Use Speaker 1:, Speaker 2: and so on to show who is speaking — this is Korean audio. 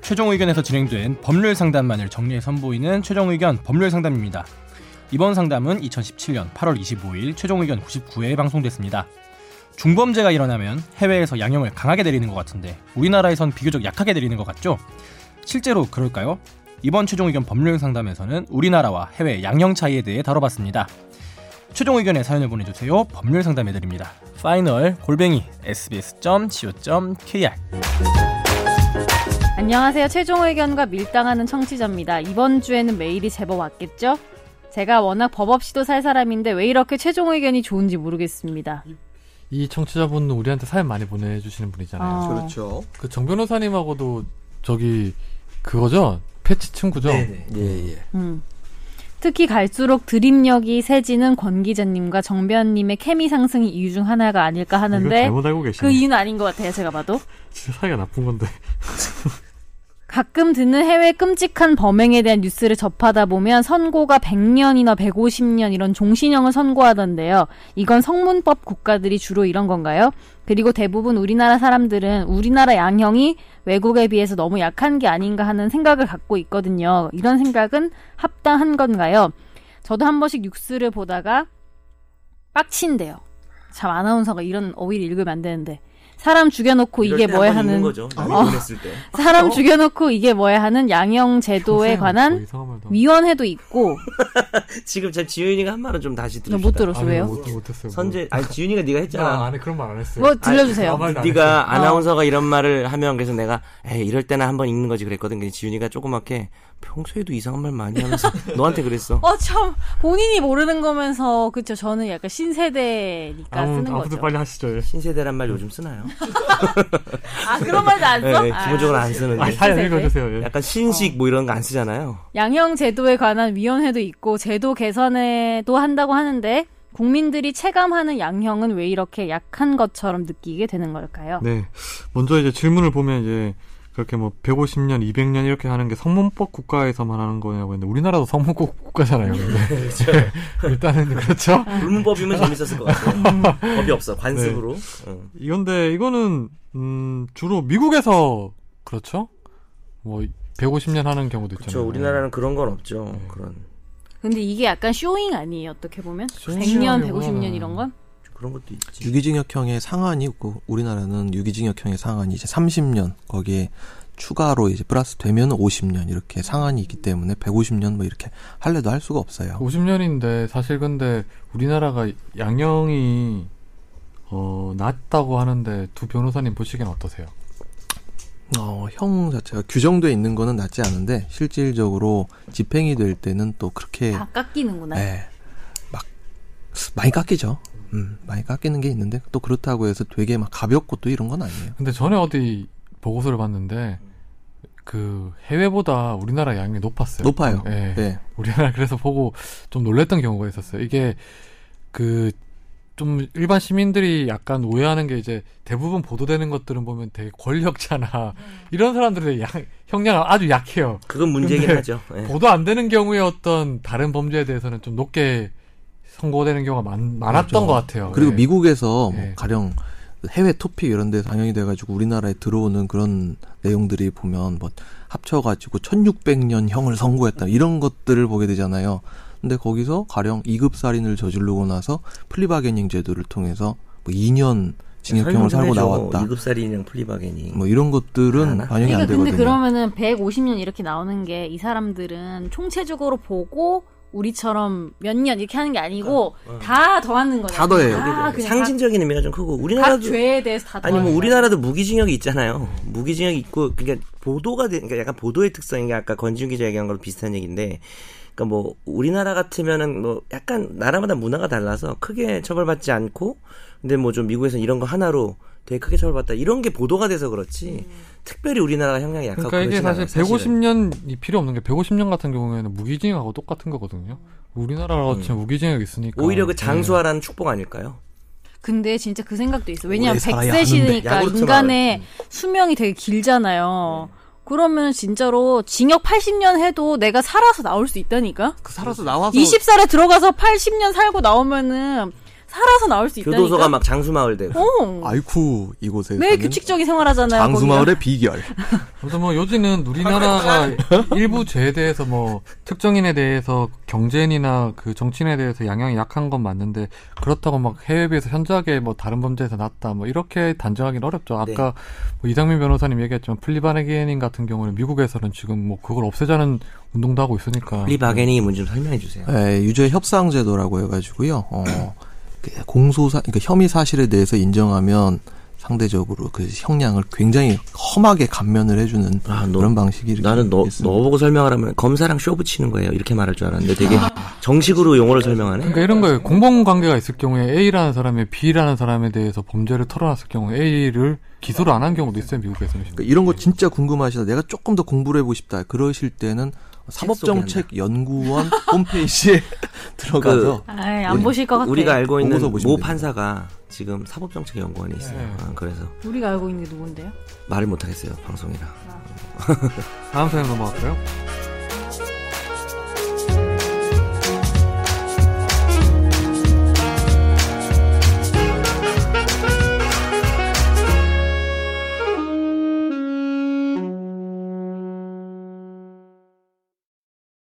Speaker 1: 최종 의견에서 진행된 법률 상담만을 정리해 선보이는 최종 의견 법률 상담입니다. 이번 상담은 2017년 8월 25일 최종 의견 99회에 방송됐습니다. 중범죄가 일어나면 해외에서 양형을 강하게 내리는 것 같은데 우리나라에선 비교적 약하게 내리는 것 같죠? 실제로 그럴까요? 이번 최종 의견 법률 상담에서는 우리나라와 해외 양형 차이에 대해 다뤄봤습니다. 최종 의견에 사연을 보내주세요. 법률 상담해드립니다. 파이널 골뱅이 sbs.co.kr
Speaker 2: 안녕하세요. 최종 의견과 밀당하는 청취자입니다. 이번 주에는 메일이 제법 왔겠죠? 제가 워낙 법 없이도 살 사람인데 왜 이렇게 최종 의견이 좋은지 모르겠습니다.
Speaker 3: 이 청취자분은 우리한테 사연 많이 보내주시는 분이잖아요.
Speaker 2: 어.
Speaker 4: 그렇죠.
Speaker 3: 그 정 변호사님하고도 저기 그거죠? 패치 친구죠?
Speaker 5: 네,
Speaker 6: 네.
Speaker 4: 예, 예.
Speaker 2: 음. 특히 갈수록 드립력이 세지는 권 기자님과 정변님의 케미 상승이 이유 중 하나가 아닐까
Speaker 5: 이거
Speaker 2: 하는데
Speaker 5: 잘못 알고
Speaker 2: 그
Speaker 5: 계시네.
Speaker 2: 이유는 아닌 것 같아요. 제가 봐도.
Speaker 5: 진짜 사이가 나쁜 건데.
Speaker 2: 가끔 듣는 해외 끔찍한 범행에 대한 뉴스를 접하다 보면 선고가 100년이나 150년 이런 종신형을 선고하던데요. 이건 성문법 국가들이 주로 이런 건가요? 그리고 대부분 우리나라 사람들은 우리나라 양형이 외국에 비해서 너무 약한 게 아닌가 하는 생각을 갖고 있거든요. 이런 생각은 합당한 건가요? 저도 한 번씩 뉴스를 보다가 빡친대요. 참 아나운서가 이런 어휘를 읽으면 안 되는데. 사람 죽여놓고 이게 뭐야 하는
Speaker 6: 거죠. 남이
Speaker 2: 어.
Speaker 6: 보냈을 때.
Speaker 2: 사람 죽여놓고 이게 뭐야 하는 양형 제도에
Speaker 3: 평소에는 뭐
Speaker 2: 관한
Speaker 3: 이상한 말도 안-
Speaker 2: 위원회도 있고
Speaker 6: 지금 제 지윤이가 한 말은 좀 다시
Speaker 2: 나
Speaker 6: 들읍시다.
Speaker 2: 못 들었어
Speaker 3: 아니, 뭐,
Speaker 2: 왜요?
Speaker 3: 못, 못했어요.
Speaker 6: 선제 아니 지윤이가 네가
Speaker 3: 아,
Speaker 6: 했잖아.
Speaker 3: 안에 그런 말 안 했어요.
Speaker 2: 뭐 들려주세요.
Speaker 3: 아무 말도 안 했어요.
Speaker 6: 네가 아나운서가 이런 말을 하면 그래서 내가 에이 이럴 때나 한번 읽는 거지 그랬거든. 근데 지윤이가 조그맣게 평소에도 이상한 말 많이 하면서 너한테 그랬어.
Speaker 2: 어 참 본인이 모르는 거면서 그쵸 저는 약간 신세대니까
Speaker 5: 아무,
Speaker 2: 쓰는
Speaker 5: 아무도
Speaker 2: 거죠. 네,
Speaker 5: 빨리 하시죠. 예.
Speaker 6: 신세대란 말 요즘 쓰나요?
Speaker 2: 아 그런 말도 안 써?
Speaker 6: 예, 예,
Speaker 2: 아,
Speaker 6: 기본적으로 안
Speaker 5: 아,
Speaker 6: 쓰는데.
Speaker 5: 사연 읽어주세요. 예.
Speaker 6: 약간 신식 뭐 이런 거 안 쓰잖아요.
Speaker 2: 양형 제도에 관한 위원회도 있고 제도 개선에도 한다고 하는데 국민들이 체감하는 양형은 왜 이렇게 약한 것처럼 느끼게 되는 걸까요?
Speaker 5: 네. 먼저 이제 질문을 보면 이제 그렇게 뭐 150년, 200년 이렇게 하는 게 성문법 국가에서만 하는 거냐고 했는데 우리나라도 성문법 국가잖아요.
Speaker 3: 네,
Speaker 5: 근데
Speaker 3: 그렇죠.
Speaker 5: 일단은 그렇죠.
Speaker 2: 아.
Speaker 6: 불문법이면 재밌었을 것
Speaker 2: 음.
Speaker 6: 같아요. 법이 없어 관습으로.
Speaker 3: 네.
Speaker 6: 응.
Speaker 5: 이건데 이거는 음, 주로 미국에서 그렇죠. 뭐 150년 하는 경우도 있잖아요.
Speaker 6: 그렇죠. 우리나라는 그런 건 없죠. 그런
Speaker 2: 근데 이게 약간 쇼잉 아니에요 어떻게 보면?
Speaker 3: 쇼잉
Speaker 2: 100년,
Speaker 3: 아니구나.
Speaker 2: 150년 이런 건?
Speaker 6: 그런 것도 있지.
Speaker 3: 네.
Speaker 4: 유기징역형의 상한이 있고 우리나라는 유기징역형의 상한이 이제 30년 거기에 추가로 이제 플러스 되면 50년 이렇게 상한이 있기 때문에 150년 뭐 이렇게 할래도 할 수가 없어요.
Speaker 3: 50년인데 사실 근데 우리나라가 양형이 어 낮다고 하는데 두 변호사님 보시기엔 어떠세요?
Speaker 4: 어, 형 자체가 규정돼 있는 거는 낫지 않은데 실질적으로 집행이 될 때는 또 그렇게
Speaker 2: 다 아, 깎이는구나.
Speaker 4: 예, 막 많이 깎이죠. 음, 많이 깎이는 게 있는데 또 그렇다고 해서 되게 막 가볍고 또 이런 건 아니에요.
Speaker 3: 근데 전에 어디 보고서를 봤는데 그 해외보다 우리나라 양이 높았어요.
Speaker 4: 높아요.
Speaker 3: 예.
Speaker 4: 네.
Speaker 3: 우리나라 그래서 보고 좀 놀랬던 경우가 있었어요. 이게 그 좀 일반 시민들이 약간 오해하는 게 이제 대부분 보도되는 것들은 보면 되게 권력자나 이런 사람들의 양, 형량 아주 약해요.
Speaker 6: 그건 문제긴
Speaker 3: 근데-
Speaker 6: 하죠. 예.
Speaker 3: 보도 안 되는 경우에 어떤 다른 범죄에 대해서는 좀 높게 선고되는 경우가 많, 많았던
Speaker 4: 그렇죠.
Speaker 3: 것 같아요.
Speaker 4: 그리고
Speaker 3: 예.
Speaker 4: 미국에서
Speaker 3: 네.
Speaker 4: 뭐 가령 해외 토픽 이런 데서 당연히 돼가지고 우리나라에 들어오는 그런 내용들이 보면 뭐 합쳐가지고 1600년 형을 선고했다 이런 것들을 보게 되잖아요. 근데 거기서 가령 2급 살인을 저지르고 나서 플리바게닝 제도를 통해서 뭐 2년 징역형을 살고 나왔다.
Speaker 6: 이급살이랑 플리바게닝.
Speaker 4: 뭐 이런 것들은
Speaker 6: 아,
Speaker 4: 반영이
Speaker 2: 그러니까
Speaker 4: 안
Speaker 2: 근데
Speaker 4: 되거든요.
Speaker 2: 그러면은 150년 이렇게 나오는 게 이 사람들은 총체적으로 보고 우리처럼 몇 년 이렇게 하는 게 아니고 다 더하는 거잖아요.
Speaker 4: 다 더해요.
Speaker 6: 그러니까
Speaker 2: 아, 그냥
Speaker 6: 상징적인 의미가 좀 크고
Speaker 2: 각, 각
Speaker 6: 우리나라도
Speaker 2: 죄에 대해서 다
Speaker 6: 아니
Speaker 2: 더하는
Speaker 6: 뭐
Speaker 2: 거예요.
Speaker 6: 우리나라도 무기징역이 있잖아요. 무기징역이 있고 그러니까 보도가 되, 그러니까 약간 보도의 특성인 게 아까 권지훈 기자 얘기한 거랑 비슷한 얘기인데 그러니까 뭐 우리나라 같으면은 뭐 약간 나라마다 문화가 달라서 크게 처벌받지 않고 근데 뭐 좀 미국에서 이런 거 하나로 되게 크게 처벌받다 이런 게 보도가 돼서 그렇지
Speaker 2: 음.
Speaker 6: 특별히 우리나라가 형량이 약하고
Speaker 3: 그러니까 이게
Speaker 6: 그러진
Speaker 3: 사실
Speaker 6: 않아요, 사실은.
Speaker 3: 150년이 필요 없는 게 150년 같은 경우에는 무기징역하고 똑같은 거거든요. 우리나라로 치면 무기징역이 있으니까
Speaker 6: 음. 오히려 그
Speaker 3: 예.
Speaker 6: 장수하라는 축복 아닐까요?
Speaker 2: 근데 진짜 그 생각도 있어. 왜냐면
Speaker 4: 오래 살아야
Speaker 2: 100세 시대니까
Speaker 6: 하는데.
Speaker 2: 인간의 수명이 되게 길잖아요. 그러면 진짜로 징역 80년 해도 내가 살아서 나올 수 있다니까?
Speaker 4: 그 살아서 나와서
Speaker 2: 20살에 들어가서 80년 살고 나오면은 살아서 나올 수 있다니까.
Speaker 6: 교도소가 막 장수마을 되고.
Speaker 2: 어.
Speaker 4: 아이쿠 이곳에
Speaker 2: 매일 규칙적인 생활하잖아요.
Speaker 4: 장수마을의 비결.
Speaker 3: 아무튼 뭐 요즘은 우리나라가 일부 죄에 대해서 뭐 특정인에 대해서 경제인이나 그 정치인에 대해서 양형이 약한 건 맞는데 그렇다고 막 해외에 비해서 현저하게 뭐 다른 범죄에서 낫다 뭐 이렇게 단정하기는 어렵죠.
Speaker 6: 네.
Speaker 3: 아까 뭐 이상민 변호사님 얘기했지만 플리바게닝 같은 경우는 미국에서는 지금 뭐 그걸 없애자는 운동도 하고
Speaker 4: 아,
Speaker 3: 있으니까
Speaker 6: 리바게닝이 뭔지 좀 설명해 주세요.
Speaker 4: 예, 유죄 협상 제도라고 해가지고요. 어, 그 공소사, 그러니까 혐의 사실에 대해서 인정하면 상대적으로 그 형량을 굉장히 험하게 감면을 해주는
Speaker 6: 아, 너-
Speaker 4: 그런 방식이 이렇게
Speaker 6: 나는 너,
Speaker 4: 있습니다.
Speaker 6: 너 보고 설명하라면 검사랑 쇼 붙이는 거예요. 이렇게 말할 줄 알았는데 되게
Speaker 4: 아.
Speaker 6: 정식으로 용어를 설명하네.
Speaker 3: 그러니까 이런 거예요. 공범관계가 있을 경우에 A라는 사람이 B라는 사람에 대해서 범죄를 털어놨을 경우에 A를 기소를 안 한 경우도 있어요. 미국에서는.
Speaker 4: 그러니까 이런 거 진짜 궁금하시다. 내가 조금 더 공부를 해보고 싶다. 그러실 때는 사법정책 연구원 홈페이지에
Speaker 6: 그
Speaker 4: 들어가서
Speaker 2: 아이, 예, 안 보실 것 같아.
Speaker 6: 우리가 알고 있는
Speaker 4: 보고서 보시면 네.
Speaker 6: 모
Speaker 4: 됩니다.
Speaker 6: 판사가 지금 사법정책연구원에 있어요. 아, 그래서
Speaker 2: 우리가 알고 있는 게 누군데요?
Speaker 6: 말을 못하겠어요 방송이라.
Speaker 3: 다음 사연 넘어갈까요?